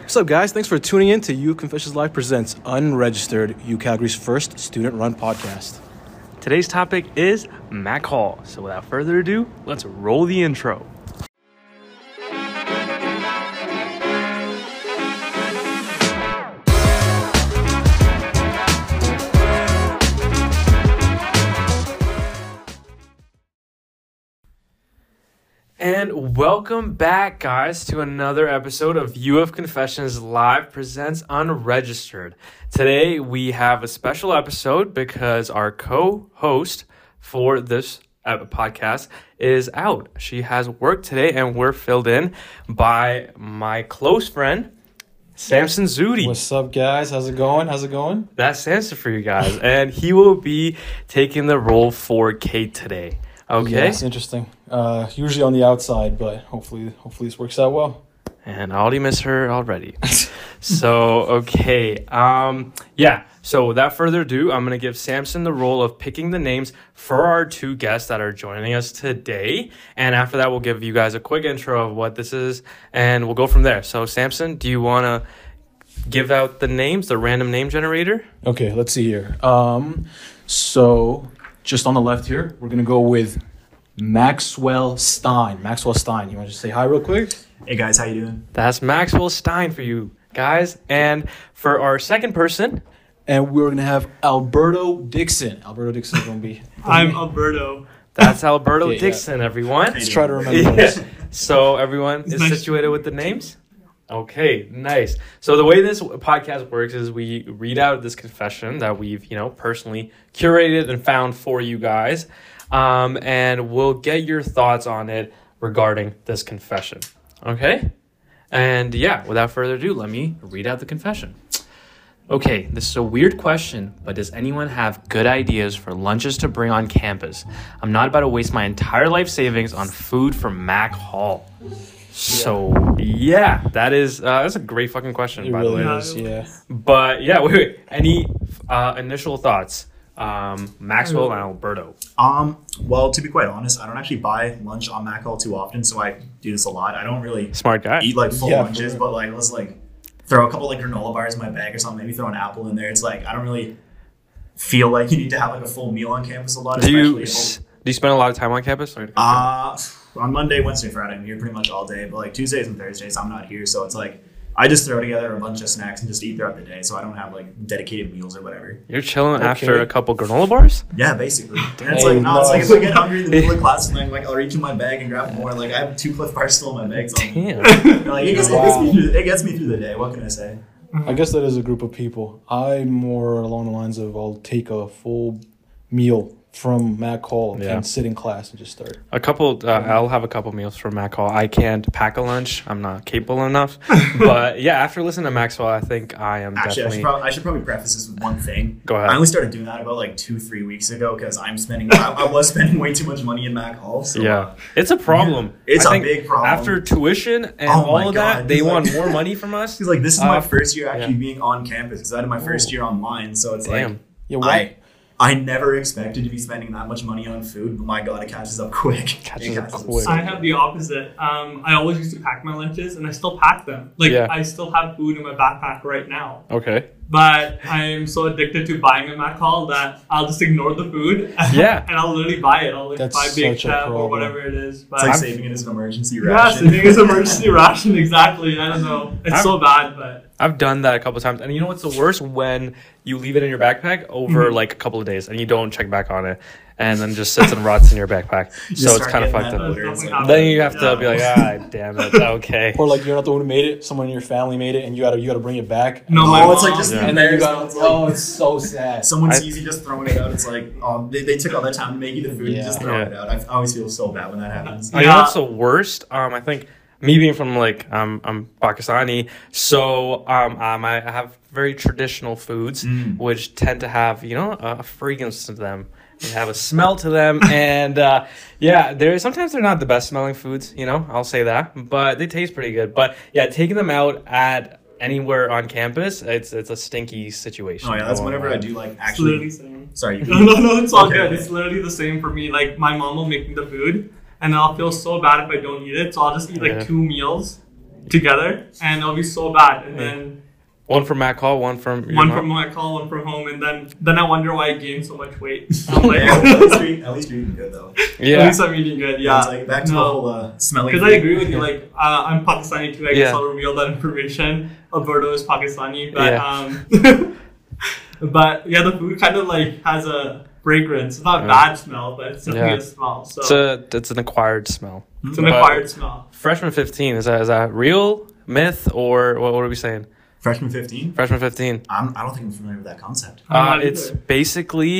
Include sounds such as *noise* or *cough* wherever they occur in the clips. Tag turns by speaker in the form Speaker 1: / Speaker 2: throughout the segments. Speaker 1: What's up, guys? Thanks for tuning in to You Confessions Live Presents Unregistered, U Calgary's first student run podcast.
Speaker 2: Today's topic is Mac Hall. So without further ado, let's roll the intro. And welcome back, guys, to another episode of U of Confessions Live presents Unregistered. Today we have a special episode because our co-host for this uh, podcast is out. She has work today, and we're filled in by my close friend Samson Zudi.
Speaker 1: What's up, guys? How's it going? How's it going?
Speaker 2: That's Samson for you guys, and he will be taking the role for Kate today. Okay.
Speaker 1: Yeah, it's interesting. Uh, usually on the outside, but hopefully, hopefully this works out well.
Speaker 2: and I already miss her already. so okay, um, yeah. So without further ado, I'm gonna give Samson the role of picking the names for our two guests that are joining us today, and after that, we'll give you guys a quick intro of what this is, and we'll go from there. So Samson, do you wanna give out the names, the random name generator?
Speaker 1: Okay, let's see here. Um, so just on the left here, we're gonna go with Maxwell Stein. Maxwell Stein. You want to just say hi real quick?
Speaker 3: Hey guys, how you doing?
Speaker 2: That's Maxwell Stein for you guys, and for our second person,
Speaker 1: And we're gonna have Alberto Dixon. Alberto Dixon is gonna be.
Speaker 3: I'm Alberto.
Speaker 1: *laughs*
Speaker 2: that's Alberto
Speaker 1: Okay, yeah.
Speaker 2: Dixon. Everyone.
Speaker 1: Let's try to remember
Speaker 2: *laughs* Yeah.
Speaker 1: this.
Speaker 2: So everyone is
Speaker 3: nice.
Speaker 2: situated with the names? Okay, nice. So the way this podcast works is we read out this confession that we've, you know, personally curated and found for you guys. Um, and we'll get your thoughts on it regarding this confession. Okay? And yeah, without further ado, let me read out the confession. Okay, this is a weird question, but does anyone have good ideas for lunches to bring on campus? I'm not about to waste my entire life savings on food from Mac Hall. So yeah, that is uh, that's a great fucking question,
Speaker 1: It
Speaker 2: by
Speaker 1: really
Speaker 2: the way.
Speaker 1: is. Yeah.
Speaker 2: But yeah, wait, wait. any uh, initial thoughts, um, Maxwell and Alberto?
Speaker 3: Um, well, to be quite honest, I don't actually buy lunch on Macall too often, so I do this a lot. I don't really
Speaker 2: Smart guy.
Speaker 3: eat like full
Speaker 1: Yeah, for
Speaker 3: lunches,
Speaker 1: real.
Speaker 3: but like let's like throw a couple like granola bars in my bag or something. Maybe throw an apple in there. It's like I don't really feel like you need to have like a full meal on campus a lot.
Speaker 2: Do you
Speaker 3: especially
Speaker 2: s- do you spend a lot of time on campus? Sorry to cut you off.
Speaker 3: Uh, on Monday, Wednesday, Friday, I'm here pretty much all day. But like Tuesdays and Thursdays, I'm not here, so it's like I just throw together a bunch of snacks and just eat throughout the day. So I don't have like dedicated meals or whatever.
Speaker 2: You're chilling
Speaker 1: okay.
Speaker 2: after a couple granola bars.
Speaker 3: Yeah, basically. And it's
Speaker 1: Dang,
Speaker 3: like, no, it's like
Speaker 1: nice.
Speaker 3: if I get hungry in the middle of class, and I'm like, I'll reach in my bag and grab more. Like, I have two Cliff Bars still in my bag. So
Speaker 2: *laughs* Damn.
Speaker 3: I'm- *laughs* like, it, gets, it, gets
Speaker 1: Wow.
Speaker 3: me through, it gets me through the day. What can I say?
Speaker 1: I guess that is a group of people. I'm more along the lines of I'll take a full meal from Matt Call
Speaker 2: Yeah.
Speaker 1: and sit in class and just start.
Speaker 2: A couple. Uh, I'll have a couple meals from Mac Hall. I can't pack a lunch. I'm not capable
Speaker 3: *laughs*
Speaker 2: enough. but yeah, after listening to Maxwell, I think I am
Speaker 3: Actually, I
Speaker 2: definitely.
Speaker 3: should, probably, I should probably preface this with one thing.
Speaker 2: Go ahead.
Speaker 3: I only started doing that about like two, three weeks ago because I'm spending, I, I was spending way too much money in Mac Hall. So
Speaker 2: yeah, it's a problem.
Speaker 3: Yeah, it's
Speaker 2: a
Speaker 3: a big problem.
Speaker 2: After tuition and
Speaker 3: Oh my
Speaker 2: all of that,
Speaker 3: God,
Speaker 2: they
Speaker 3: he's like-
Speaker 2: want
Speaker 3: *laughs*
Speaker 2: more money from us.
Speaker 3: He's like, this is
Speaker 2: Uh,
Speaker 3: my first year actually
Speaker 2: yeah.
Speaker 3: being on campus because I did my first year online. So it's
Speaker 2: Damn.
Speaker 3: like,
Speaker 1: Yeah,
Speaker 3: I, I never expected to be spending that much money on food, but my God, it catches up quick.
Speaker 2: Catches
Speaker 3: It
Speaker 2: up quick.
Speaker 4: I have the opposite. Um, I always used to pack my lunches, and I still pack them. Like
Speaker 2: Yeah.
Speaker 4: I still have food in my backpack right now.
Speaker 2: okay.
Speaker 4: But I'm so addicted to buying a Mac Hall that I'll just ignore the food. *laughs*
Speaker 2: Yeah.
Speaker 4: and I'll literally buy it. I'll like
Speaker 1: That's
Speaker 4: buy Big
Speaker 1: such a
Speaker 4: Chef or
Speaker 1: problem.
Speaker 4: whatever it is. But
Speaker 3: It's like
Speaker 2: I'm-
Speaker 4: *laughs*
Speaker 3: saving it as an emergency
Speaker 4: yes,
Speaker 3: ration.
Speaker 4: I think it's
Speaker 3: *laughs*
Speaker 4: emergency *laughs* ration exactly. I don't know. It's
Speaker 2: I'm-
Speaker 4: so bad, but
Speaker 2: I've done that a couple times, and you know what's the worst when you leave it in your backpack over
Speaker 3: Mm-hmm.
Speaker 2: like a couple of days and you don't check back on it, and then just sits and rots in your
Speaker 3: *laughs*
Speaker 2: backpack. so it's
Speaker 3: start
Speaker 2: kind of
Speaker 3: getting
Speaker 2: fucked
Speaker 3: that
Speaker 2: up.
Speaker 3: odor, it's like-
Speaker 4: That's definitely
Speaker 2: Then you have to
Speaker 4: Yeah.
Speaker 3: *laughs*
Speaker 2: be like, ah, damn it. Okay.
Speaker 1: Or like you're not the one who made it. Someone in your family made it, and you gotta you gotta bring it back.
Speaker 4: No,
Speaker 1: and,
Speaker 4: my
Speaker 3: Oh, it's
Speaker 4: mom-
Speaker 3: like just
Speaker 2: Yeah.
Speaker 3: the
Speaker 1: and then you
Speaker 3: embarrassment.
Speaker 1: got
Speaker 3: It's
Speaker 1: oh,
Speaker 3: like
Speaker 1: it's so sad.
Speaker 3: someone's
Speaker 2: I-
Speaker 3: easy just throwing it out. It's like oh, they, they took all their time to make you the food and just
Speaker 1: Yeah.
Speaker 3: throw
Speaker 2: Yeah.
Speaker 3: it out. I, I always feel so bad when that happens.
Speaker 2: I know
Speaker 4: Yeah.
Speaker 2: that's the worst. Um, I think me being from like um, I'm Pakistani, so um, um, I have very traditional foods
Speaker 3: Mm.
Speaker 2: which tend to have you know a, a fragrance to them. They have a
Speaker 3: *laughs*
Speaker 2: smell to them, and uh, yeah, they're sometimes they're not the best smelling foods. You know, I'll say that, but they taste pretty good. But yeah, taking them out at anywhere on campus, it's it's a stinky situation.
Speaker 3: Oh yeah, that's
Speaker 2: Oh,
Speaker 3: whenever I
Speaker 2: man.
Speaker 3: do like
Speaker 4: it's literally
Speaker 3: actually.
Speaker 4: the same.
Speaker 3: Sorry,
Speaker 4: *laughs*
Speaker 3: you
Speaker 4: No, no, no, it's all
Speaker 3: Okay.
Speaker 4: good. It's literally the same for me. Like my mom will make me the food, and I'll feel so bad if I don't eat it, so I'll just eat like
Speaker 2: Yeah.
Speaker 4: two meals. together, and it'll be so bad. And then
Speaker 2: One from Matt Call, one from your
Speaker 4: one
Speaker 2: mom.
Speaker 4: from my call, one from home, and then then I wonder why I gained so much
Speaker 2: *laughs*
Speaker 4: weight. I'm like, *laughs*
Speaker 3: Yeah, at least we- at least you're eating good though.
Speaker 4: At
Speaker 2: Yeah.
Speaker 4: least I'm eating good.
Speaker 3: It's
Speaker 4: *laughs* Yeah.
Speaker 3: like back to
Speaker 4: No.
Speaker 3: the whole uh, smelly.
Speaker 4: Because I agree with you, like uh, I'm Pakistani too. I guess
Speaker 2: Yeah.
Speaker 4: I'll reveal that information. Alberto is Pakistani, but
Speaker 2: Yeah.
Speaker 4: um, *laughs* but yeah, the food kind of like has a fragrance. It's not
Speaker 2: Yeah.
Speaker 4: a bad smell, but it's definitely
Speaker 2: Yeah.
Speaker 4: a smell. So
Speaker 2: It's a it's an acquired smell.
Speaker 4: it's an
Speaker 2: but-
Speaker 4: acquired smell.
Speaker 2: Freshman fifteen is that is that real myth or what, what are we saying?
Speaker 3: Freshman 15.
Speaker 2: Freshman fifteen.
Speaker 3: I'm, I don't think I'm familiar with that concept.
Speaker 4: I'm
Speaker 2: Uh,
Speaker 4: not
Speaker 2: it's
Speaker 4: either.
Speaker 2: basically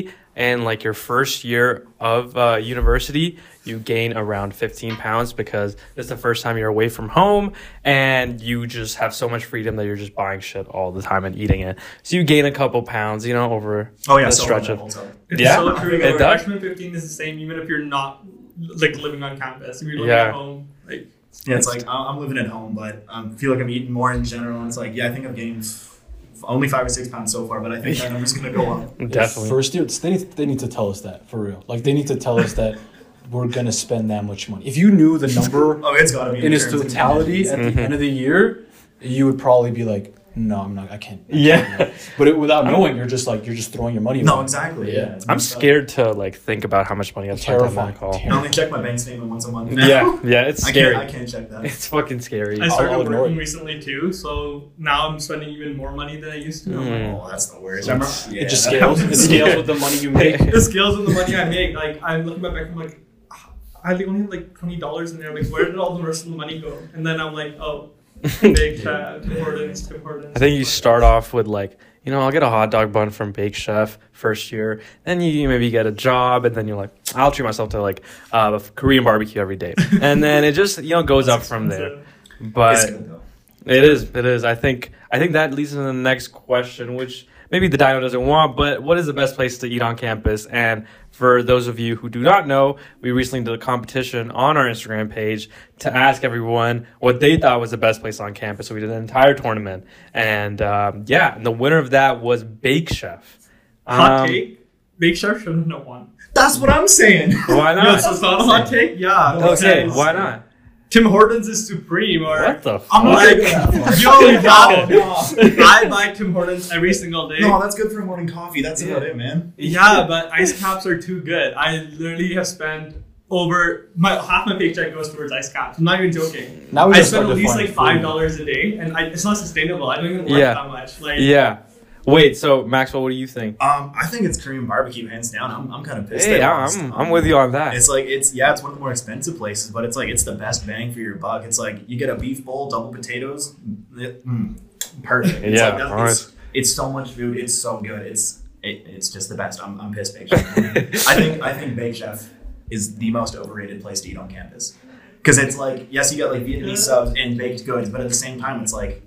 Speaker 2: in like your first year of uh, university, you gain around 15 pounds because it's the first time you're away from home and you just have so much freedom that you're just buying shit all the time and eating it. So you gain a couple pounds, you know, over
Speaker 3: Oh yeah,
Speaker 2: the
Speaker 3: so
Speaker 2: stretch
Speaker 3: that
Speaker 2: of.
Speaker 3: holds up.
Speaker 4: It's
Speaker 2: Yeah,
Speaker 4: so true.
Speaker 2: it
Speaker 4: Like,
Speaker 2: does.
Speaker 4: Freshman 15 is the same, even if you're not like living on campus. If you're living
Speaker 2: Yeah.
Speaker 4: at home, like
Speaker 3: Yeah, it's like I- I'm living at home, but I feel like I'm eating more in general. And it's like, yeah, I think I've gained f- only five or six pounds so far, but
Speaker 2: *laughs*
Speaker 3: I think that number's gonna go up.
Speaker 2: Definitely.
Speaker 1: First year, they need, they need to tell us that for real. Like they need to tell us that we're gonna spend that much money. If you knew the number
Speaker 3: *laughs* Oh, it's gotta be
Speaker 1: in its
Speaker 3: terms of
Speaker 1: totality at
Speaker 3: conditions.
Speaker 2: Mhm.
Speaker 1: the end of the year, you would probably be like, no, I'm not. I can't. I can't
Speaker 2: Yeah.
Speaker 1: do that." But it, without knowing, you're just like you're just throwing your money.
Speaker 3: No,
Speaker 1: away.
Speaker 3: exactly.
Speaker 1: Yeah.
Speaker 3: Yeah,
Speaker 2: I'm scared to like think about how much money I've spent on
Speaker 1: Terrifying.
Speaker 2: that call.
Speaker 1: Terrifying.
Speaker 3: I only check my bank statement once a month. now.
Speaker 2: Yeah, yeah, it's
Speaker 3: *laughs* I can't.
Speaker 2: *laughs* scary.
Speaker 3: I
Speaker 2: Hmm.
Speaker 3: can't check that.
Speaker 2: It's fucking scary.
Speaker 4: I
Speaker 1: I'll
Speaker 4: started
Speaker 1: ignore
Speaker 4: working
Speaker 1: it.
Speaker 4: recently too, so now I'm spending even more money than I used to. I'm like,
Speaker 2: Mm.
Speaker 3: Oh, that's the worst.
Speaker 1: It's-
Speaker 3: Remember- yeah,
Speaker 1: it just
Speaker 3: that
Speaker 1: scales. It
Speaker 3: happens. *laughs*
Speaker 1: scales with the money you *laughs* make.
Speaker 4: the skills and the money I make, like I'm looking back, I'm like, "Ah, I only have like twenty dollars in there. Like, where did all the rest of the money go? And then I'm like,
Speaker 2: *laughs*
Speaker 4: oh, big chat, Tim Hortons, Tim Hortons.
Speaker 2: I think you start off with like, you know, I'll get a hot dog bun from Bake Chef first year. Then you, you maybe get a job, and then you're like, I'll treat myself to like uh, Korean barbecue every
Speaker 3: *laughs*
Speaker 2: day, and then it just you know goes up from there.
Speaker 3: It's
Speaker 2: But
Speaker 3: good, though.
Speaker 2: it is, it is. I think I think that leads into the next question, which maybe the dino doesn't want, but what is the best place to eat on campus? And for those of you who do not know, we recently did a competition on our Instagram page to ask everyone what they thought was the best place on campus. So we did an entire tournament, and um, yeah, and the winner of that was Bake Chef.
Speaker 4: Hot
Speaker 2: Um,
Speaker 4: take. Big Chef shouldn't have won.
Speaker 3: That's what I'm saying.
Speaker 2: *laughs*
Speaker 4: *laughs*
Speaker 2: Why
Speaker 4: No,
Speaker 2: not?
Speaker 4: it's not a hot take. Yeah.
Speaker 3: No,
Speaker 2: Okay,
Speaker 3: it's-
Speaker 2: why not?
Speaker 4: Tim Hortons is supreme. Or
Speaker 2: What the
Speaker 4: I'm
Speaker 2: fuck?
Speaker 4: like, yo,
Speaker 3: *laughs* No,
Speaker 4: no. I buy Tim Hortons every single
Speaker 3: *laughs*
Speaker 4: day.
Speaker 3: No, that's good for morning coffee. That's
Speaker 2: Yeah.
Speaker 3: about it, man.
Speaker 4: Yeah, but ice caps are too good. I literally have spent over my half my paycheck goes towards ice caps. I'm not even joking.
Speaker 1: Now we
Speaker 4: I
Speaker 1: just
Speaker 4: spend
Speaker 1: start
Speaker 4: at least like
Speaker 1: defining
Speaker 4: five
Speaker 1: food.
Speaker 4: dollars a day, and I, it's not sustainable. I don't even work
Speaker 2: Yeah.
Speaker 4: that much. Like,
Speaker 2: Yeah. Wait. So Maxwell, what do you think?
Speaker 3: Um, I think it's Korean barbecue, hands down. I'm, I'm kind of pissed.
Speaker 2: Hey,
Speaker 3: they
Speaker 2: I'm
Speaker 3: lost.
Speaker 2: I'm with you on that.
Speaker 3: It's like it's yeah, it's one of the more expensive places, but it's like it's the best bang for your buck. It's like you get a beef bowl, double potatoes, mm, mm, perfect. It's
Speaker 2: Yeah,
Speaker 3: like that- it's, it's so much food. It's so good. It's it, it's just the best. I'm, I'm pissed, Bake Chef. I think I think Bake Chef is the most overrated place to eat on campus because it's like yes, you got like Vietnamese subs and baked goods, but at the same time, it's like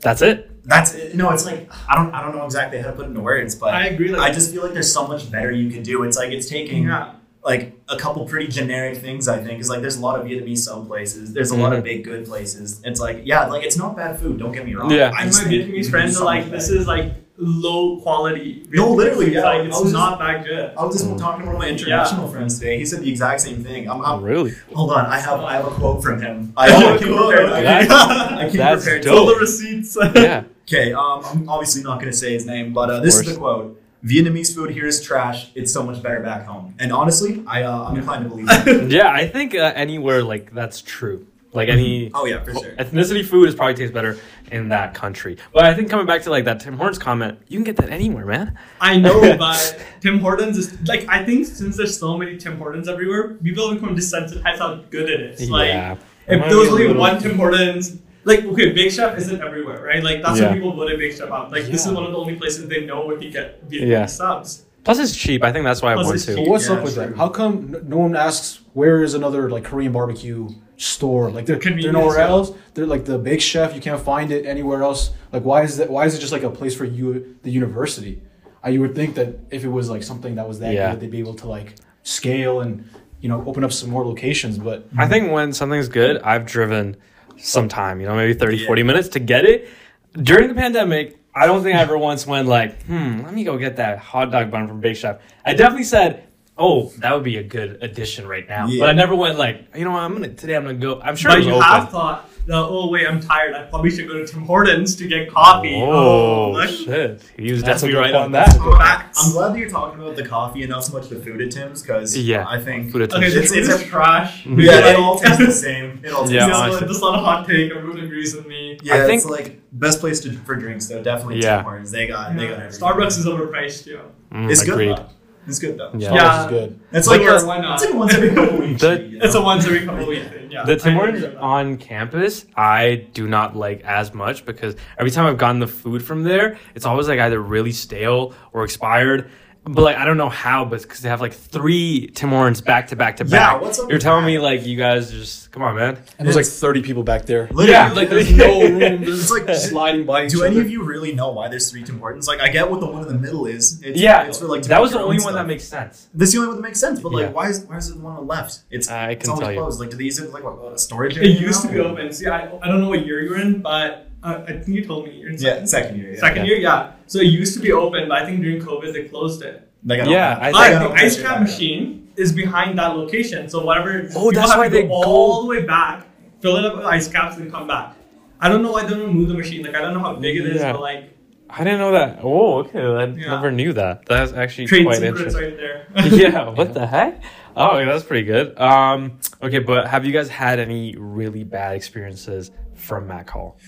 Speaker 2: That's it.
Speaker 3: that's no, it's like I don't I don't know exactly how to put it into words, but
Speaker 4: I agree. Like,
Speaker 3: I just feel like there's so much better you can do. It's like it's taking
Speaker 4: yeah,
Speaker 3: like a couple pretty generic things I think is like there's a lot of Vietnamese sub places, there's a lot
Speaker 2: Mm-hmm.
Speaker 3: of big good places. It's like yeah, like it's not bad food. Don't get me wrong.
Speaker 2: Yeah.
Speaker 3: I
Speaker 4: and my
Speaker 3: just think you
Speaker 4: Vietnamese
Speaker 3: can
Speaker 4: friends
Speaker 3: do
Speaker 4: are like,
Speaker 3: something
Speaker 4: this
Speaker 3: better.
Speaker 4: is like low quality.
Speaker 3: No, literally, yeah.
Speaker 4: Like,
Speaker 3: I
Speaker 4: it's
Speaker 3: was just-
Speaker 4: not that good.
Speaker 3: I was just talking to one of my international friends today. He said the exact same thing. I'm, I'm, *laughs*
Speaker 2: really?
Speaker 3: hold on, I have I have a quote from him. I *laughs*
Speaker 4: Oh,
Speaker 3: have a
Speaker 4: cool.
Speaker 3: quote. I
Speaker 2: That's-
Speaker 3: *laughs* I came
Speaker 2: that's
Speaker 3: prepared to-
Speaker 2: dope.
Speaker 4: All the receipts.
Speaker 3: *laughs*
Speaker 2: Yeah.
Speaker 3: Okay, um, I'm obviously not going to say his name, but uh, this is the
Speaker 2: course.
Speaker 3: quote. Vietnamese food here is trash. It's so much better back home. And honestly, I, uh, I'm inclined to
Speaker 2: *laughs*
Speaker 3: believe that.
Speaker 2: Yeah, I think uh, anywhere like that's true. Like
Speaker 3: *laughs*
Speaker 2: any
Speaker 3: oh, yeah, for sure.
Speaker 2: ethnicity food is probably tastes better in that country. But I think coming back to like that Tim Hortons comment, you can get that anywhere, man.
Speaker 4: I
Speaker 2: *laughs*
Speaker 4: know, but Tim Hortons is like I think since there's so many Tim Hortons everywhere, people have become desensitized how good it is. Like
Speaker 2: yeah.
Speaker 4: if
Speaker 3: Might
Speaker 4: there was
Speaker 3: be a
Speaker 4: only
Speaker 3: little-
Speaker 4: one Tim Hortons, like okay, Big Chef isn't everywhere, right? Like that's
Speaker 2: Yeah.
Speaker 4: what people voted Big Chef out. Like this is
Speaker 1: Yeah.
Speaker 4: one of the only places they know where to get Vietnamese
Speaker 2: Yeah.
Speaker 4: subs.
Speaker 2: Plus it's cheap. I think that's why
Speaker 4: Plus
Speaker 2: I want
Speaker 4: it's
Speaker 2: to.
Speaker 1: But
Speaker 4: cheap.
Speaker 1: what's
Speaker 3: Yeah,
Speaker 1: up with
Speaker 3: true.
Speaker 1: that? How come n- no one asks where is another like Korean barbecue store? Like they're, they're
Speaker 4: Convenience,
Speaker 1: nowhere
Speaker 4: yeah.
Speaker 1: else. They're like the Big Chef. You can't find it anywhere else. Like why is that? Why is it just like a place for you the university? I you would think that if it was like something that was that
Speaker 2: Yeah.
Speaker 1: good, they'd be able to like scale and you know open up some more locations. But
Speaker 2: I think when something's good, I've driven some time, you know, maybe 30,
Speaker 3: Yeah.
Speaker 2: 40 minutes to get it. During the pandemic, I don't think I ever once went like, hmm, let me go get that hot dog bun from Big Chef. I definitely said, oh, that would be a good addition right now.
Speaker 3: Yeah.
Speaker 2: But I never went like, you know what, I'm gonna today I'm gonna go. I'm sure it
Speaker 4: but
Speaker 2: was
Speaker 4: you
Speaker 2: open.
Speaker 4: have thought the oh wait, I'm tired. I probably should go to Tim Hortons to get coffee.
Speaker 2: Oh,
Speaker 4: look.
Speaker 2: shit. He was
Speaker 1: That's
Speaker 2: definitely
Speaker 1: a good
Speaker 2: right on
Speaker 1: point.
Speaker 2: that.
Speaker 1: That's a good point.
Speaker 4: Facts.
Speaker 3: I'm glad that you're talking about the coffee and not so much the food at Tim's because
Speaker 2: Yeah,
Speaker 3: I think
Speaker 2: food at
Speaker 4: Okay,
Speaker 2: Tim's. Mm-hmm.
Speaker 4: so
Speaker 3: it's, it's a
Speaker 4: trash.
Speaker 3: yeah, it
Speaker 4: *laughs*
Speaker 3: all tastes the same. It all tastes
Speaker 2: Yeah,
Speaker 3: the same.
Speaker 4: this,
Speaker 2: honestly.
Speaker 4: is not a hot take. Everyone agrees with me.
Speaker 3: Yeah,
Speaker 2: I
Speaker 3: it's
Speaker 2: think-
Speaker 3: like best place to, for drinks though. Definitely
Speaker 2: Yeah.
Speaker 3: Tim Hortons. They got they got everything.
Speaker 4: Starbucks is overpriced, yo.
Speaker 2: Mm,
Speaker 3: It's
Speaker 2: agreed.
Speaker 3: good. Though. It's good though.
Speaker 2: Yeah.
Speaker 1: Starbucks
Speaker 4: Yeah.
Speaker 1: is good.
Speaker 3: It's
Speaker 4: But
Speaker 3: like
Speaker 4: yeah,
Speaker 3: it's,
Speaker 4: why not?
Speaker 3: it's like once every couple weeks.
Speaker 2: The-
Speaker 3: you know?
Speaker 4: It's a once every couple weeks thing. Yeah.
Speaker 2: The Tim
Speaker 4: I
Speaker 2: Hortons
Speaker 4: agree with that.
Speaker 2: on campus, I do not like as much because every time I've gotten the food from there, it's always like either really stale or expired. But like I don't know how, but because they have like three Tim Hortons back to back to
Speaker 3: Yeah,
Speaker 2: back.
Speaker 3: what's up
Speaker 2: You're
Speaker 3: with
Speaker 2: telling
Speaker 3: that?
Speaker 2: me like you guys just come on, man.
Speaker 1: And there's like 30 people back there.
Speaker 3: Literally,
Speaker 2: Yeah, like-
Speaker 3: *laughs*
Speaker 1: There's no room. There's
Speaker 3: It's like-
Speaker 1: sliding by each
Speaker 3: do
Speaker 1: other.
Speaker 3: any of you really know why there's three Tim Hortons? Like I get what the one in the middle is. It's,
Speaker 2: yeah,
Speaker 3: it's for like to
Speaker 2: that
Speaker 3: make
Speaker 2: was the
Speaker 3: your
Speaker 2: only
Speaker 3: own
Speaker 2: one
Speaker 3: stuff.
Speaker 2: that makes sense.
Speaker 3: That's the only one that makes sense. But like,
Speaker 2: Yeah.
Speaker 3: why is why is it the one on the left? It's
Speaker 2: I
Speaker 3: it's
Speaker 2: couldn't
Speaker 3: always
Speaker 2: tell you.
Speaker 3: closed. Like, do they use it like what, a storage?
Speaker 4: It
Speaker 3: area
Speaker 4: used to
Speaker 3: now?
Speaker 4: be open. See, I, I don't know what year you were in, but uh, I think you told me you're in
Speaker 3: Yeah,
Speaker 4: second,
Speaker 3: second year. Yeah.
Speaker 4: second
Speaker 2: Yeah.
Speaker 4: year. Yeah. So it used to be open, but I think during COVID they closed it.
Speaker 3: They got
Speaker 2: Yeah,
Speaker 3: all
Speaker 2: I think-
Speaker 3: that.
Speaker 4: But
Speaker 3: They got
Speaker 4: the
Speaker 3: all that
Speaker 4: ice
Speaker 3: shit
Speaker 4: cream
Speaker 3: back there.
Speaker 4: machine is behind that location, so whatever.
Speaker 2: Oh,
Speaker 4: people
Speaker 2: that's
Speaker 4: have
Speaker 2: why
Speaker 4: to go
Speaker 2: they
Speaker 4: all
Speaker 2: go-
Speaker 4: the way back, fill it up with ice caps, and come back. I don't know why they don't move the machine. Like I don't know how big it is,
Speaker 2: Yeah.
Speaker 4: but like
Speaker 2: I didn't know that. Oh, okay. I
Speaker 4: Yeah.
Speaker 2: never knew that. That's actually
Speaker 4: trade
Speaker 2: quite
Speaker 4: secrets
Speaker 2: interesting.
Speaker 4: right there.
Speaker 2: *laughs*
Speaker 4: *laughs*
Speaker 2: yeah, what the heck? Oh, that's pretty good. Um, okay, but have you guys had any really bad experiences from Mac Hall?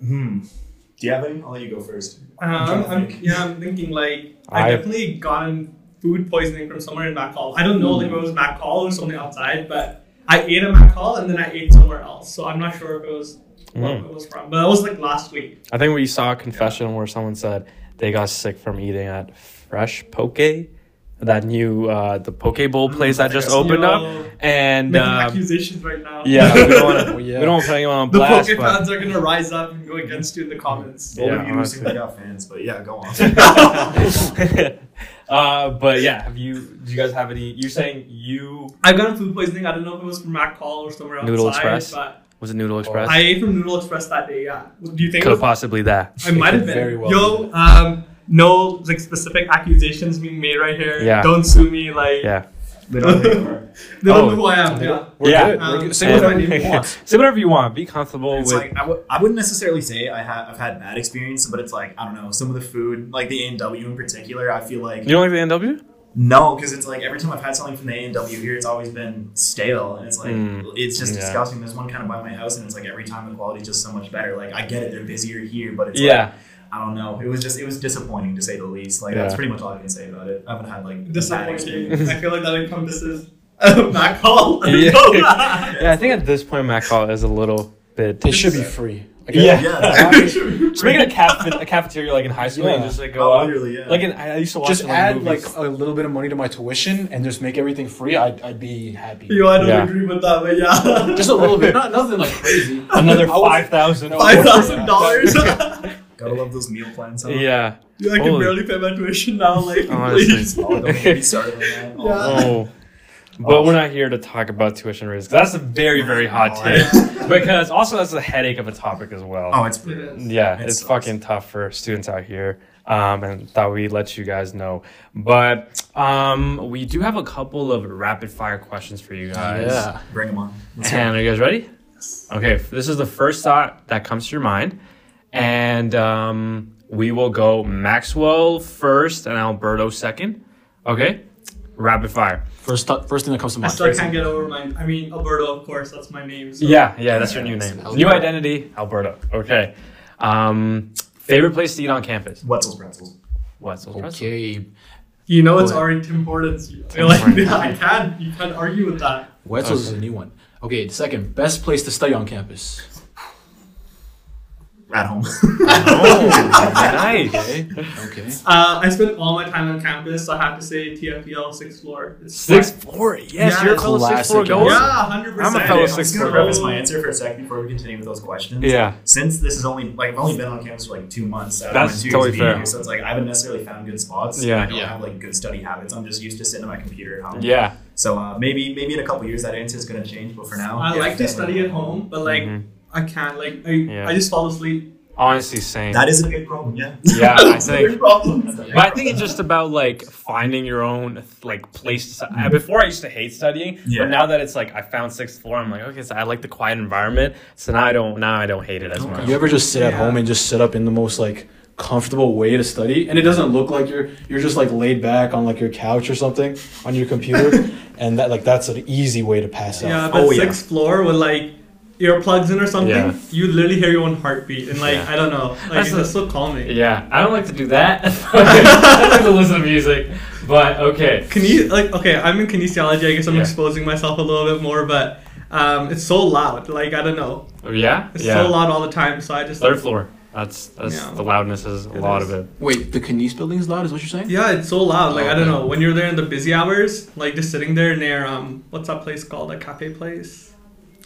Speaker 3: Hmm. Do you have any? I'll let you go first.
Speaker 4: Um,
Speaker 3: trying to
Speaker 4: I'm,
Speaker 3: think.
Speaker 4: yeah, I'm thinking like I,
Speaker 2: I-
Speaker 4: definitely gotten food poisoning from somewhere in MacCall. I don't know if it was MacCall or something outside, but I ate at MacCall and then I ate somewhere else. So I'm not sure if it was what
Speaker 2: Mm.
Speaker 4: it was from, but that was like last week.
Speaker 2: I think we saw a confession where someone said they got sick from eating at Fresh Poke, that new uh, the poke bowl place that just
Speaker 3: yes.
Speaker 2: opened up,
Speaker 4: Yo,
Speaker 2: and
Speaker 4: making
Speaker 2: um,
Speaker 4: accusations right now.
Speaker 2: yeah, we don't want to *laughs*
Speaker 4: *laughs*
Speaker 1: Well,
Speaker 2: we
Speaker 1: yeah.
Speaker 2: don't want to put anyone on
Speaker 4: the
Speaker 2: blast.
Speaker 4: Pokemons
Speaker 2: But,
Speaker 4: fans are gonna rise up and go against you in the comments.
Speaker 3: Well,
Speaker 2: Yeah,
Speaker 3: yeah, you
Speaker 2: honestly.
Speaker 3: seem like you got fans, but yeah,
Speaker 4: *laughs*
Speaker 3: go on. *laughs*
Speaker 2: *laughs* uh, but yeah, have you? Do you guys have any? You're saying you
Speaker 4: I've gotten food poisoning. I don't know if it was from MacCall or somewhere outside,
Speaker 2: Noodle Express?
Speaker 4: but
Speaker 2: was it Noodle Express?
Speaker 4: I ate from Noodle Express that day. Yeah. Do you think it
Speaker 2: Could
Speaker 4: was
Speaker 2: have possibly that.
Speaker 4: I might have
Speaker 1: could
Speaker 4: been.
Speaker 1: very well
Speaker 4: Yo, um, no like specific accusations being made right here.
Speaker 2: Yeah.
Speaker 4: Don't sue me. Like
Speaker 2: Yeah.
Speaker 3: they don't think we're-
Speaker 4: they don't
Speaker 2: Oh.
Speaker 4: know who I am. Yeah.
Speaker 1: We're
Speaker 2: Yeah.
Speaker 1: good. We're
Speaker 4: Um,
Speaker 1: good.
Speaker 4: and-
Speaker 1: Say whatever you want.
Speaker 2: Say whatever you want. Be comfortable
Speaker 3: It's
Speaker 2: with.
Speaker 3: like I w- I wouldn't necessarily say I have I've had bad experience, but it's like I don't know some of the food, like the A and W in particular. I feel like
Speaker 2: you don't like the NW?
Speaker 3: no, because it's like every time I've had something from the A and W here, it's always been stale, and it's like
Speaker 2: Mm,
Speaker 3: it's just
Speaker 2: yeah.
Speaker 3: disgusting. There's one kind of by my house, and it's like every time the quality's just so much better. Like I get it, they're busier here, but it's like,
Speaker 2: Yeah.
Speaker 3: I don't know. It was just it was disappointing to say the least. Like that's
Speaker 2: Yeah.
Speaker 3: pretty much all I can say about it. I haven't had like a bad
Speaker 2: *laughs*
Speaker 3: experience.
Speaker 4: Disappointing. I feel like that encompasses *laughs* uh, Mac Hall.
Speaker 2: Yeah. *laughs*
Speaker 4: No.
Speaker 2: Yeah, I think at this point, Mac Hall is a little bit.
Speaker 1: *laughs* They should be free. Like,
Speaker 2: Yeah.
Speaker 3: Yeah.
Speaker 2: Just make it a, caf- a cafeteria like in high school. And
Speaker 1: Yeah.
Speaker 2: just like *laughs* go
Speaker 3: Oh,
Speaker 2: out.
Speaker 3: literally, yeah.
Speaker 2: Like in, I I used to watch
Speaker 1: Just
Speaker 2: it,
Speaker 1: add like
Speaker 2: movies.
Speaker 1: a little bit of money to my tuition and just make everything free. I'd, I'd be happy.
Speaker 4: *laughs* Yo, I don't
Speaker 2: Yeah.
Speaker 4: agree with that, but yeah.
Speaker 1: Just a little bit, *laughs* not nothing like crazy.
Speaker 2: *laughs* another
Speaker 1: I was-
Speaker 2: five thousand.
Speaker 4: *laughs* Five
Speaker 2: *laughs*
Speaker 4: thousand dollars. *laughs*
Speaker 3: Gotta love those meal plans. Huh?
Speaker 2: Yeah.
Speaker 4: I can
Speaker 2: Holy.
Speaker 4: barely pay my tuition now.
Speaker 2: *laughs*
Speaker 4: Like,
Speaker 2: Honestly.
Speaker 4: please.
Speaker 3: Oh, don't get me started on
Speaker 4: *laughs*
Speaker 3: that. Oh,
Speaker 2: *laughs* *laughs*
Speaker 4: Yeah.
Speaker 2: Oh. But we're not here to talk about tuition raises. 'cause That's a very, *laughs* very hot
Speaker 3: Oh,
Speaker 2: take. *laughs* because also that's a headache of a topic as well.
Speaker 3: Oh, it's
Speaker 4: It
Speaker 3: brutal.
Speaker 4: is.
Speaker 2: Yeah,
Speaker 3: It
Speaker 2: it's
Speaker 3: sucks.
Speaker 2: fucking tough for students out here. Um, and thought we'd let you guys know. But um, we do have a couple of rapid fire questions for you guys.
Speaker 1: Yeah.
Speaker 3: Bring them on. Let's go.
Speaker 2: And are you guys ready? Okay, f- this is the first thought that comes to your mind. And um, we will go Maxwell first and Alberto second. Okay? Rapid fire.
Speaker 1: First, th- first thing that comes to
Speaker 4: *laughs* I
Speaker 1: mind.
Speaker 4: still can't get over mine. I mean, Alberto, of course, that's my name. So.
Speaker 2: Yeah, yeah, that's your new name.
Speaker 1: Alberto.
Speaker 2: New identity, Alberto. Okay. Um, favorite place to eat on campus?
Speaker 3: Wetzel's pretzels.
Speaker 2: What's
Speaker 1: Okay,
Speaker 4: You know, it's
Speaker 1: Boy.
Speaker 4: our Tim Hortons. you know, Like, *laughs*
Speaker 2: Hortons.
Speaker 4: I can't. You can't argue with that.
Speaker 1: Wetzel's is a new one. Okay, the second best place to study on campus.
Speaker 3: At home. *laughs*
Speaker 2: Oh,
Speaker 1: *laughs* *laughs*
Speaker 2: nice.
Speaker 1: Okay, okay.
Speaker 4: Uh, I spent all my time on campus, so I have to say TFL sixth floor. It's
Speaker 2: Six four. Yes,
Speaker 4: Yeah,
Speaker 2: you're a fellow six
Speaker 1: classic.
Speaker 2: four
Speaker 4: fine.
Speaker 2: goer.
Speaker 1: Yeah.
Speaker 4: Yeah, hundred percent.
Speaker 2: I'm a fellow
Speaker 3: I'm
Speaker 2: sixth
Speaker 3: just gonna
Speaker 2: former.
Speaker 3: preface my answer for a second before we continue with those questions.
Speaker 2: Yeah.
Speaker 3: Since this is only like I've only been on campus for like two months. out of
Speaker 2: That's
Speaker 3: my two
Speaker 2: totally
Speaker 3: years being
Speaker 2: fair.
Speaker 3: Here, so it's like I haven't necessarily found good spots.
Speaker 2: Yeah.
Speaker 3: I don't
Speaker 1: Yeah.
Speaker 3: have like good study habits. I'm just used to sitting at my computer at home.
Speaker 2: Yeah.
Speaker 3: So uh, maybe maybe in a couple years that answer is gonna change, but for now
Speaker 4: I
Speaker 3: yeah,
Speaker 4: like to
Speaker 3: definitely.
Speaker 4: study at home, but like
Speaker 2: Mhm.
Speaker 4: I can't. Like I,
Speaker 2: Yeah.
Speaker 4: I just fall asleep
Speaker 2: Honestly, same.
Speaker 3: That is a big problem,
Speaker 2: *laughs*
Speaker 3: yeah.
Speaker 2: Yeah,
Speaker 4: *laughs*
Speaker 2: I
Speaker 3: It's a
Speaker 2: think-
Speaker 3: big problem.
Speaker 2: But I think it's just about like finding your own like place. To, I- before I used to hate studying,
Speaker 3: Yeah.
Speaker 2: but now that it's like I found sixth floor, I'm like okay, so I like the quiet environment. So now I don't now I don't hate it as much.
Speaker 1: You ever just sit at
Speaker 4: Yeah.
Speaker 1: home and just sit up in the most like comfortable way to study, and it doesn't look like you're you're just like laid back on like your couch or something on your computer, and that like that's an easy way to pass out.
Speaker 4: Yeah, but
Speaker 3: Oh, yeah.
Speaker 4: sixth floor with like earplugs in or something,
Speaker 2: Yeah.
Speaker 4: you literally hear your own heartbeat and like
Speaker 2: Yeah.
Speaker 4: I don't know, like
Speaker 2: That's
Speaker 4: it's
Speaker 2: the-
Speaker 4: just so calming.
Speaker 2: Yeah, I don't like to do that. *laughs* I like to listen to music, but okay.
Speaker 4: Can you like okay? I'm in kinesiology. I guess I'm
Speaker 2: Yeah.
Speaker 4: exposing myself a little bit more, but um, it's so loud. Like I don't know,
Speaker 2: Oh, Yeah,
Speaker 4: it's
Speaker 2: yeah.
Speaker 4: so loud all the time. So I just
Speaker 2: Third floor. That's that's
Speaker 4: Yeah.
Speaker 2: the loudness is a
Speaker 4: It
Speaker 2: lot
Speaker 4: is. *laughs*
Speaker 2: of it.
Speaker 1: Wait, the Kines building is loud, is what you're saying?
Speaker 4: Yeah, it's so loud. Like I don't
Speaker 1: Okay.
Speaker 4: know when you're there in the busy hours, like just sitting there near um, what's that place called? A cafe place? *laughs*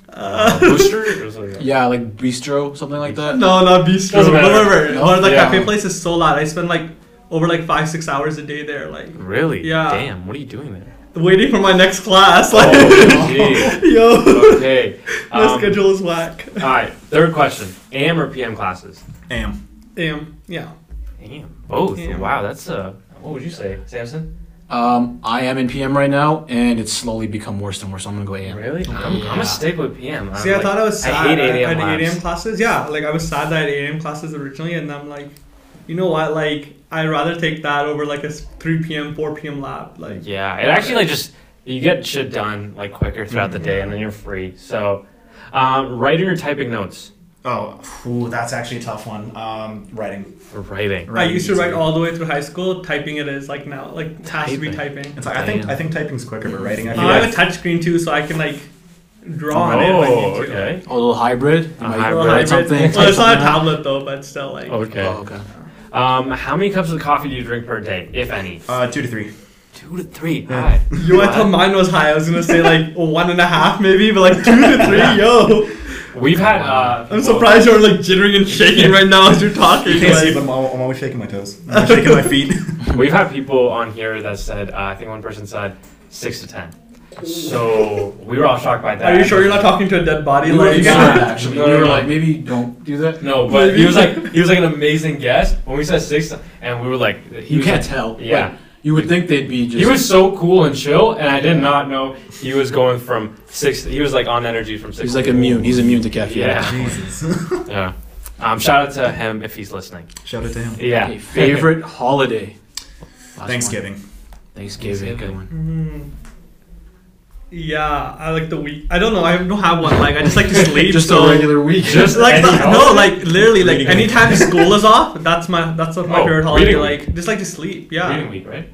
Speaker 4: Uh,
Speaker 2: Booster.
Speaker 1: Yeah, like bistro, something like that.
Speaker 4: no, not bistro.
Speaker 2: Doesn't matter.
Speaker 4: Whatever. Or the
Speaker 1: Yeah.
Speaker 4: cafe place is so loud. I spend like over like five six hours a day there, like
Speaker 2: Really?
Speaker 4: Yeah.
Speaker 2: Damn. What are you doing
Speaker 4: *laughs*
Speaker 2: there?
Speaker 4: waiting for my next class. *laughs* Like,
Speaker 2: Oh,
Speaker 4: yo, *laughs*
Speaker 2: Okay.
Speaker 4: my
Speaker 2: um,
Speaker 4: schedule is whack. *laughs*
Speaker 2: All right. Third question: AM or PM classes?
Speaker 3: Damn.
Speaker 4: Damn. Yeah.
Speaker 2: AM. Both.
Speaker 4: AM.
Speaker 2: Wow. That's a. What would you say, Samson?
Speaker 1: Um, I am in PM right now, and it's slowly become worse and worse. I'm gonna go AM.
Speaker 2: Really? I'm, I'm
Speaker 1: Yeah.
Speaker 2: gonna stick with PM. I'm
Speaker 4: See, I
Speaker 2: like-
Speaker 4: thought I was sad.
Speaker 2: I hate 8 a.m.
Speaker 4: I had 8 a.m.
Speaker 2: labs.
Speaker 4: classes. Yeah, like I was sad that I had 8 a.m. classes originally, and I'm like, you know what? Like, I'd rather take that over like a s- 3 p.m., 4 p.m. lab. Like,
Speaker 2: Yeah, it actually like just you get shit done like quicker throughout the day, and then you're free. So, um, writing or typing notes?
Speaker 3: Oh, phew, that's actually a tough one. Um, writing.
Speaker 2: Writing.
Speaker 4: I used to
Speaker 3: is
Speaker 4: write
Speaker 3: weird.
Speaker 4: all the way through high school. Typing it is like now, like it has to be typing.
Speaker 3: It's like, I think
Speaker 2: Damn.
Speaker 3: I think typing's quicker, but writing. I
Speaker 4: Uh,
Speaker 3: feel
Speaker 4: I have
Speaker 3: like
Speaker 4: a touchscreen too, so I can like draw on it if I
Speaker 2: Oh,
Speaker 4: need to.
Speaker 2: okay.
Speaker 1: A little hybrid. You
Speaker 2: A
Speaker 1: might
Speaker 4: Or
Speaker 2: hybrid.
Speaker 1: write
Speaker 4: hybrid.
Speaker 1: something.
Speaker 4: Well,
Speaker 1: type
Speaker 4: it's not a
Speaker 1: something out.
Speaker 4: tablet though, but still like.
Speaker 2: Okay.
Speaker 1: Oh, okay.
Speaker 2: Um, how many cups of coffee do you drink per day, if any?
Speaker 3: uh, two to
Speaker 4: *laughs*
Speaker 3: three.
Speaker 2: Two to three. Hi. Uh,
Speaker 4: Yo, I thought mine was high. I was gonna say like one and a half maybe, but like two to three. Yo,
Speaker 2: We've had. Uh,
Speaker 4: I'm
Speaker 2: people-
Speaker 4: surprised you're like jittering and shaking right now as you're
Speaker 3: *laughs*
Speaker 4: talking.
Speaker 3: You can't
Speaker 4: like-
Speaker 3: see, but I'm, al- I'm always shaking my toes. I'm always
Speaker 4: *laughs*
Speaker 3: shaking my feet.
Speaker 2: We've had people on here that said. Uh, I think one person said six to ten. So we were all shocked by that.
Speaker 4: Are you sure you're not talking to a dead body?
Speaker 1: You were
Speaker 4: Like,
Speaker 1: like,
Speaker 2: Yeah.
Speaker 1: actually. You
Speaker 2: No, no,
Speaker 1: were
Speaker 2: no.
Speaker 1: like, maybe don't do that.
Speaker 2: *laughs* No, but he was like he was like an amazing guest when we said six, and we were like, he
Speaker 1: You
Speaker 2: was
Speaker 1: can't
Speaker 2: like-
Speaker 1: tell.
Speaker 2: Yeah.
Speaker 1: Like, you would think they'd be just.
Speaker 2: He was so cool and chill, and I did not know he was going from six. He was like on energy from six.
Speaker 1: He's like immune. He's immune to caffeine.
Speaker 2: Yeah.
Speaker 3: Jesus.
Speaker 2: Yeah. Um, shout out to him if he's listening.
Speaker 3: *laughs* Shout out to him.
Speaker 2: Yeah.
Speaker 1: Okay, favorite holiday. Last one.
Speaker 3: Thanksgiving.
Speaker 1: Thanksgiving. Good one.
Speaker 4: Hmm. Yeah, I like the week. I don't know. I don't have one. Like
Speaker 1: *laughs*
Speaker 4: I just like to sleep.
Speaker 1: Just
Speaker 4: so
Speaker 1: a regular week.
Speaker 2: Just
Speaker 4: like
Speaker 2: Any
Speaker 4: the- no,
Speaker 2: holiday?
Speaker 4: like literally like
Speaker 3: Reading
Speaker 4: anytime school is off, that's my that's what my
Speaker 2: Oh,
Speaker 4: favorite holiday.
Speaker 2: reading
Speaker 4: Like just like to sleep. Yeah,
Speaker 2: Reading week, right?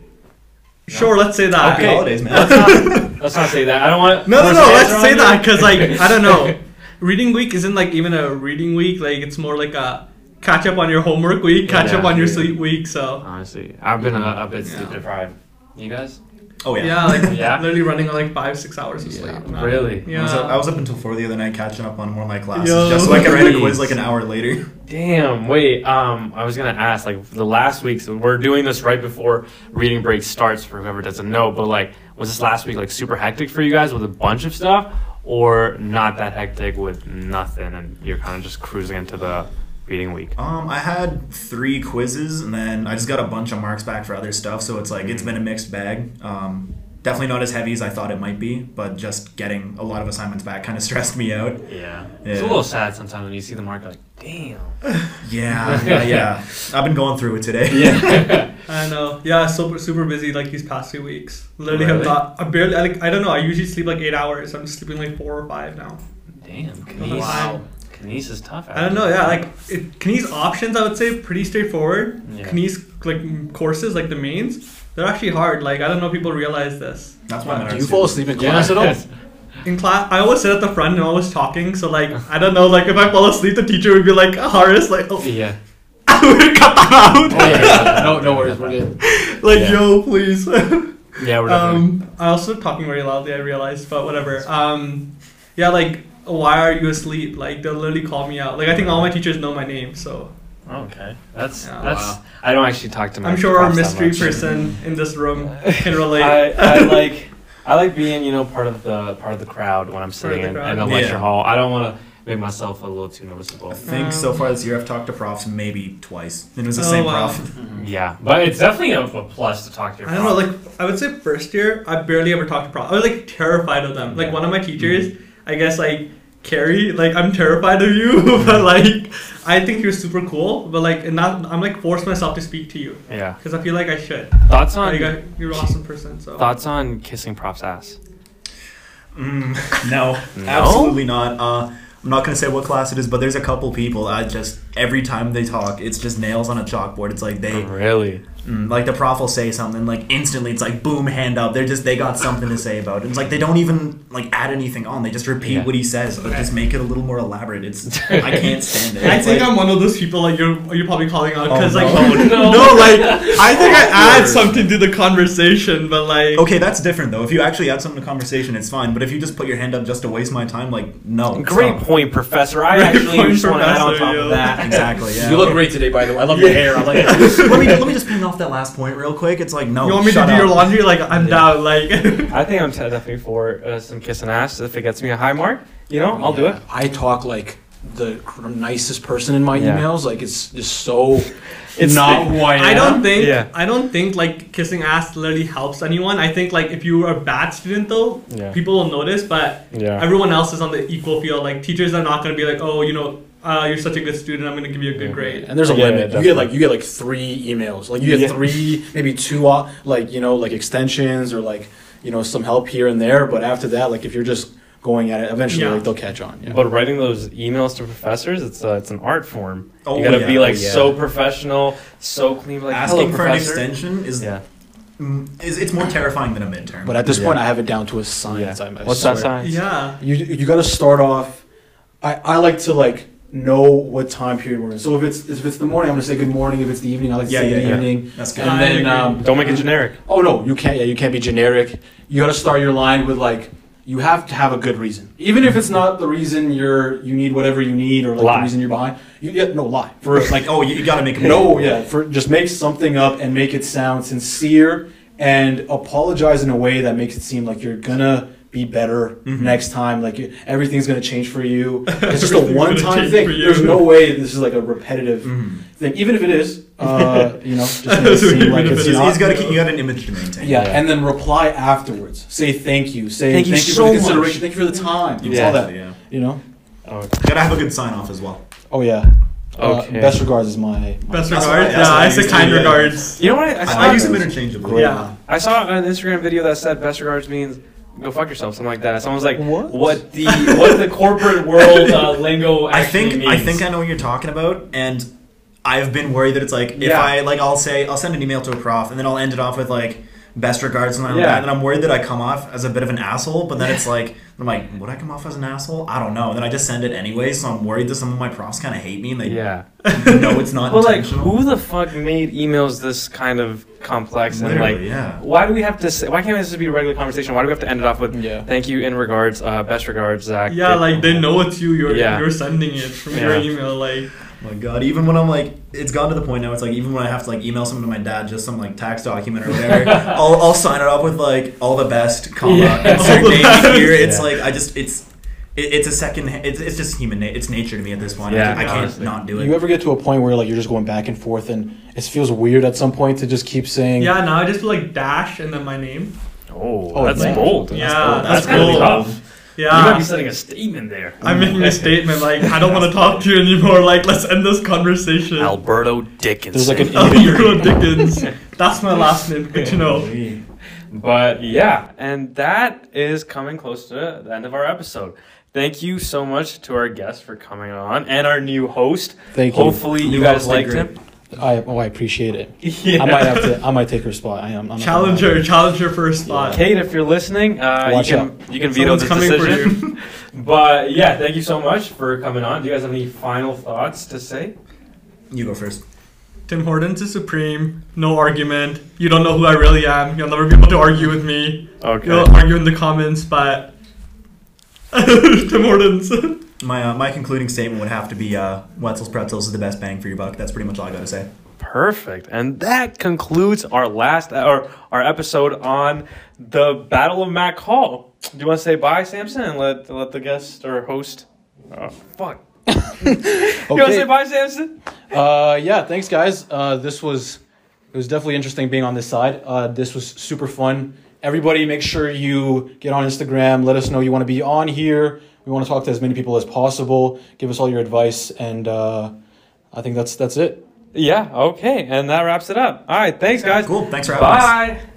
Speaker 4: sure. Let's say that.
Speaker 3: Happy holidays, man.
Speaker 4: *laughs*
Speaker 2: Let's not, let's not say that. I don't want.
Speaker 4: No, no, no.
Speaker 2: Personal
Speaker 4: Let's
Speaker 2: ads
Speaker 4: say
Speaker 2: on
Speaker 4: that
Speaker 2: here.
Speaker 4: because like I don't know. Reading week isn't like even a reading week. Like it's more like a catch up on your homework week, catch up
Speaker 2: Yeah.
Speaker 4: on your
Speaker 3: Yeah.
Speaker 4: sleep week. So
Speaker 2: Honestly, I've been a, a bit
Speaker 4: Yeah.
Speaker 2: sleep deprived. You guys?
Speaker 3: Oh yeah.
Speaker 4: yeah,
Speaker 3: *laughs*
Speaker 4: like
Speaker 2: Yeah.
Speaker 4: literally running on like five six hours of
Speaker 1: Yeah.
Speaker 4: sleep. Not-
Speaker 2: Really?
Speaker 4: Yeah.
Speaker 3: I, was up, I was up until four the other night catching up on one of my classes
Speaker 4: Yo.
Speaker 3: just so I could write a quiz
Speaker 2: Jeez.
Speaker 3: like
Speaker 4: *laughs*
Speaker 3: an hour later.
Speaker 2: Damn. Wait. Um, I was gonna ask. Like the last week, so we're doing this right before reading break starts. For whoever doesn't know, but like, was this last week like super hectic for you guys with a bunch of stuff, or not that hectic with nothing, and you're kind of just cruising into the reading week?
Speaker 3: Um, I had three quizzes and then I just got a bunch of marks back for other stuff. So it's like
Speaker 4: Mm.
Speaker 3: it's been a mixed bag. Um, definitely not as heavy as I thought it might be, but just getting a lot of assignments back kind of *laughs* stressed me out.
Speaker 2: Yeah. It's a
Speaker 3: Yeah.
Speaker 2: little sad sometimes when you see the mark. Like, damn.
Speaker 3: Yeah, *laughs* yeah, yeah. I've been going through it today.
Speaker 2: Yeah.
Speaker 4: I know. Yeah, super super busy like these past few weeks. Literally have
Speaker 2: Really?
Speaker 4: not I barely I, like I don't know, I usually sleep like eight hours. I'm sleeping like four or five now.
Speaker 2: damn. Kines.
Speaker 4: Wow.
Speaker 2: Kines is tough.
Speaker 4: I don't know, yeah, like it Kines options I would say pretty straightforward.
Speaker 2: Yeah.
Speaker 4: Kines like m- courses, like the mains, they're actually hard. Like I don't know if people realize this.
Speaker 3: *laughs* That's why I'm
Speaker 1: Do you fall asleep in class at *laughs* all?
Speaker 4: In class I always sit at the front and always talking,
Speaker 2: *laughs*
Speaker 4: so like I don't know, like if I fall asleep the teacher would be like Horace, like oh *laughs*
Speaker 2: Yeah.
Speaker 4: we'll cut that
Speaker 2: *laughs*
Speaker 4: out.
Speaker 1: no, no worries. We're good.
Speaker 4: like
Speaker 2: Yeah.
Speaker 4: yo, please. *laughs*
Speaker 2: Yeah. We're Oh, definitely-
Speaker 4: Um, I also talking very loudly. I realized, but whatever. Um, yeah, like why are you asleep? Like they'll literally call me out. Like I think all my teachers know my name, so
Speaker 2: Okay, that's
Speaker 4: Yeah.
Speaker 2: that's. I don't actually talk to my.
Speaker 4: I'm sure our
Speaker 2: profs that
Speaker 4: mystery
Speaker 2: much.
Speaker 4: person in this room
Speaker 2: *laughs*
Speaker 4: can relate.
Speaker 2: I, I
Speaker 4: *laughs*
Speaker 2: like I like being you know part of the part of the crowd when I'm
Speaker 4: Part of
Speaker 2: sitting
Speaker 4: the
Speaker 2: in,
Speaker 4: crowd.
Speaker 2: in a
Speaker 3: Yeah.
Speaker 2: lecture hall. I don't want to made myself a little too noticeable.
Speaker 3: I think so far this year I've talked to profs maybe twice. And it was the
Speaker 4: Um. Oh,
Speaker 3: same
Speaker 4: wow.
Speaker 3: prof.
Speaker 2: Yeah,
Speaker 5: But it's definitely a, a plus to talk to your
Speaker 4: I don't know, like I would say first year, I barely ever talked to prof. I was like terrified of them. Like one of my teachers,
Speaker 2: Mm-hmm.
Speaker 4: I guess like Carrie, like I'm terrified of you, *laughs* but like I think you're super cool, but like and not, I'm like forced myself to speak to you
Speaker 2: yeah.
Speaker 4: because I feel like I should.
Speaker 2: Thoughts
Speaker 4: Like,
Speaker 2: on
Speaker 4: I- you're an awesome person, so
Speaker 2: thoughts on kissing props ass?
Speaker 3: Mm, no,
Speaker 2: No?
Speaker 3: absolutely not. Uh, I'm not gonna say what class it is, but there's a couple people. I just every time they talk, it's just nails on a chalkboard. It's like they,
Speaker 2: Uh-huh. Really?
Speaker 3: mm, like the prof will say something, like instantly, it's like boom, hand up. They're just they got something to say about it. It's like they don't even like add anything on. They just repeat
Speaker 2: Yeah.
Speaker 3: what he says, or just make it a little more elaborate. It's I can't stand it.
Speaker 4: I
Speaker 3: It's
Speaker 4: think
Speaker 3: like-
Speaker 4: I'm one of those people like you're you're probably calling out
Speaker 3: Oh,
Speaker 4: because like *laughs*
Speaker 3: no.
Speaker 2: No.
Speaker 4: like I think I add
Speaker 3: Awkward.
Speaker 4: something to the conversation, but like
Speaker 3: Okay, that's different though. If you actually add something to conversation, it's fine. But if you just put your hand up just to waste my time, like no.
Speaker 2: Great
Speaker 3: stop.
Speaker 2: point, Professor. I
Speaker 4: Great
Speaker 2: actually
Speaker 4: point,
Speaker 2: just want to add on
Speaker 4: Professor,
Speaker 2: top of
Speaker 4: yo.
Speaker 2: that.
Speaker 1: *laughs*
Speaker 3: Exactly. Yeah.
Speaker 1: You look great today, by the way. I love your hair. I like
Speaker 4: *laughs*
Speaker 1: it.
Speaker 3: let me let me just ping off that last point real quick. It's like no.
Speaker 4: you want me
Speaker 3: shut
Speaker 4: to do your
Speaker 3: up.
Speaker 4: laundry? Like I'm down. Like *laughs*
Speaker 2: I think I'm t- definitely for uh, some kissing ass if it gets me a high mark. You know, *laughs* I'll do it.
Speaker 1: I talk like the cr- nicest person in my
Speaker 2: Yeah.
Speaker 1: emails. Like it's just so
Speaker 2: It's-
Speaker 1: not who I am.
Speaker 4: I don't think
Speaker 2: Yeah.
Speaker 4: I don't think like kissing ass literally helps anyone. I think like if you are a bad student though,
Speaker 2: Yeah.
Speaker 4: people will notice. But
Speaker 2: Yeah.
Speaker 4: everyone else is on the equal field. Like teachers are not gonna be like, oh, you know, uh, you're such a good student. I'm gonna give you a good grade.
Speaker 1: And there's a
Speaker 2: Yeah,
Speaker 1: limit. You
Speaker 2: definitely.
Speaker 1: get like you get like three emails. Like you get
Speaker 2: Yeah.
Speaker 1: three, maybe two, uh, like you know, like extensions or like you know some help here and there. But after that, like if you're just going at it, eventually
Speaker 4: Yeah.
Speaker 1: like they'll catch on. Yeah.
Speaker 2: But writing those emails to professors, it's uh, it's an art form.
Speaker 3: Oh,
Speaker 2: you gotta
Speaker 3: yeah.
Speaker 2: be like
Speaker 1: Oh, yeah.
Speaker 2: so professional, so clean. Like
Speaker 3: Asking
Speaker 2: hello,
Speaker 3: for an
Speaker 2: professor.
Speaker 3: extension is,
Speaker 2: Yeah.
Speaker 3: mm, is it's more terrifying than a midterm.
Speaker 1: But at this
Speaker 2: Yeah.
Speaker 1: point, I have it down to a science.
Speaker 2: yeah.
Speaker 1: I, I
Speaker 2: What's that
Speaker 1: swear.
Speaker 2: sign?
Speaker 4: Yeah.
Speaker 1: You you got to start off. I, I like to like know what time period we're in. So if it's if it's the morning, I'm gonna say good morning. If it's the evening, I like to
Speaker 3: Yeah,
Speaker 1: say
Speaker 3: yeah,
Speaker 1: good
Speaker 3: yeah.
Speaker 1: evening.
Speaker 3: that's good.
Speaker 1: And
Speaker 4: I
Speaker 1: then
Speaker 4: agree.
Speaker 1: um,
Speaker 2: Don't make it generic.
Speaker 1: Oh no, you can't. Yeah, you can't be generic. You got to start your line with like you have to have a good reason, even if it's not the reason you're you need whatever you need or like
Speaker 2: Lie.
Speaker 1: the reason you're behind. You yeah, no lie for real. like
Speaker 4: *laughs*
Speaker 3: like oh, you, you gotta make a
Speaker 1: no yeah for just make something up and make it sound sincere and apologize in a way that makes it seem like you're gonna be better next time. Like you- everything's gonna change for
Speaker 4: *laughs*
Speaker 1: you. It's just a
Speaker 4: Mm-hmm. Everything's
Speaker 1: one time
Speaker 4: gonna change
Speaker 1: thing.
Speaker 4: for you. Mm-hmm.
Speaker 1: There's no way this is like a repetitive
Speaker 3: Mhm.
Speaker 1: thing, even if it is.
Speaker 4: *laughs*
Speaker 1: Uh, you know, just make it
Speaker 4: Even
Speaker 1: seem like
Speaker 4: if
Speaker 1: it's
Speaker 3: It's, it's
Speaker 1: not.
Speaker 3: gotta keep, you got an image to maintain.
Speaker 1: Yeah,
Speaker 2: Yeah.
Speaker 1: and then reply afterwards. Say thank you. Say thank
Speaker 2: Thank you
Speaker 1: you,
Speaker 2: so
Speaker 1: for
Speaker 2: much.
Speaker 1: the consideration. Thank you for the time. It's
Speaker 2: Yeah.
Speaker 1: all that.
Speaker 3: Yeah.
Speaker 1: You know?
Speaker 2: Oh,
Speaker 3: Gotta have a good sign off as well.
Speaker 1: Oh yeah. Uh,
Speaker 2: Okay.
Speaker 1: best regards is my. my
Speaker 3: That's
Speaker 4: Best regards.
Speaker 3: what I- that's
Speaker 4: Yeah,
Speaker 3: what I
Speaker 4: I say
Speaker 3: used to
Speaker 4: kind
Speaker 3: do, yeah.
Speaker 4: regards.
Speaker 2: You know what? I, I saw.
Speaker 3: I, I use them
Speaker 1: those.
Speaker 3: interchangeably.
Speaker 1: Great.
Speaker 4: Yeah.
Speaker 2: I saw an Instagram video that said best regards means go fuck yourself, something like that. Someone's like,
Speaker 1: What?
Speaker 2: What the what the corporate world uh, lingo
Speaker 3: I
Speaker 2: actually
Speaker 3: think
Speaker 2: means?
Speaker 3: I think I know what you're talking about, and I've been worried that it's like if
Speaker 2: Yeah.
Speaker 3: I like I'll say I'll send an email to a prof, and then I'll end it off with like best regards and all
Speaker 2: Yeah.
Speaker 3: that, and I'm worried that I come off as a bit of an asshole. But then it's like I'm like, would I come off as an asshole? I don't know. And then I just send it anyway, so I'm worried that some of my profs kind of hate me and they
Speaker 2: yeah.
Speaker 3: *laughs* know it's not
Speaker 2: But like,
Speaker 3: intentional.
Speaker 2: who the fuck made emails this kind of complex and
Speaker 3: Literally,
Speaker 2: like?
Speaker 3: yeah.
Speaker 2: Why do we have to say? Why can't this just be a regular conversation? Why do we have to end it off with
Speaker 1: Yeah.
Speaker 2: "Thank you" in regards, uh, best regards, Zach?
Speaker 4: Yeah, like they know it's you. You're
Speaker 2: Yeah.
Speaker 4: you're sending it from your
Speaker 2: Yeah.
Speaker 4: email. Like
Speaker 3: Oh my god, even when I'm like, it's gone to the point now. It's like even when I have to like email something to my dad, just some like tax document or
Speaker 2: *laughs*
Speaker 3: whatever, I'll, I'll sign it up with like all the best, comma,
Speaker 2: Yeah.
Speaker 3: insert
Speaker 4: All the
Speaker 3: name here.
Speaker 2: best.
Speaker 3: It's
Speaker 2: Yeah.
Speaker 3: like I just it's it, it's a second. It's, it's just human. Na- it's nature to me at this point.
Speaker 2: Yeah,
Speaker 3: I, I can't
Speaker 2: honestly.
Speaker 3: not do it.
Speaker 1: You ever get to a point where like you're just going back and forth and it feels weird at some point to just keep saying
Speaker 4: yeah, now I just like dash and then my name.
Speaker 2: Oh,
Speaker 1: Oh,
Speaker 2: that's
Speaker 1: man.
Speaker 2: bold.
Speaker 4: Yeah,
Speaker 2: that's,
Speaker 4: that's
Speaker 2: bold.
Speaker 4: bold.
Speaker 2: that's really tough. You might
Speaker 4: Yeah.
Speaker 2: be setting a statement there.
Speaker 4: I'm making a statement like I don't want to talk to you anymore. Like let's end this conversation.
Speaker 2: Alberto Dickinson.
Speaker 1: There's like an
Speaker 4: *laughs* Oh,
Speaker 2: *laughs*
Speaker 4: Euro Dickens. That's my last name. Good to know.
Speaker 2: But yeah, and that is coming close to the end of our episode. Thank you so much to our guest for coming on and our new host.
Speaker 1: Thank you.
Speaker 2: Hopefully you
Speaker 3: New
Speaker 2: guys
Speaker 3: host,
Speaker 2: liked
Speaker 3: agree.
Speaker 2: him.
Speaker 1: I oh I appreciate it. *laughs*
Speaker 2: Yeah.
Speaker 1: I might have to I might take her spot. I am I'm not gonna lie.
Speaker 4: Challenger, challenger for a spot.
Speaker 2: Kate, if you're listening, uh, you
Speaker 1: Watch
Speaker 2: can you can veto
Speaker 4: Someone's
Speaker 2: this
Speaker 4: coming for
Speaker 2: decision. *laughs* but yeah, thank you so much for coming on. Do you guys have any final thoughts to say?
Speaker 3: *laughs* You go first.
Speaker 4: Tim Hortons is supreme. No argument. You don't know who I really am. You'll never be able to argue with me.
Speaker 2: Okay.
Speaker 4: You'll argue in the comments, but *laughs* Tim Hortons.
Speaker 3: My uh, my concluding statement would have to be uh, Wetzel's Pretzels is the best bang for your buck. That's pretty much all I got to say.
Speaker 2: Perfect. And that concludes our last or our episode on the Battle of Mac Hall. Do you want to say bye, Samson, and let let the guest or host Oh, fuck. You want to say
Speaker 1: Okay.
Speaker 2: bye, Samson?
Speaker 1: Uh, yeah. Thanks, guys. Uh, this was it was definitely interesting being on this side. Uh, this was super fun. Everybody, make sure you get on Instagram. Let us know you want to be on here. We want to talk to as many people as possible. Give us all your advice, and uh, I think that's that's it.
Speaker 2: Yeah, okay. And that wraps it up. All right, thanks, guys.
Speaker 3: Cool. Thanks for having us.
Speaker 2: Bye.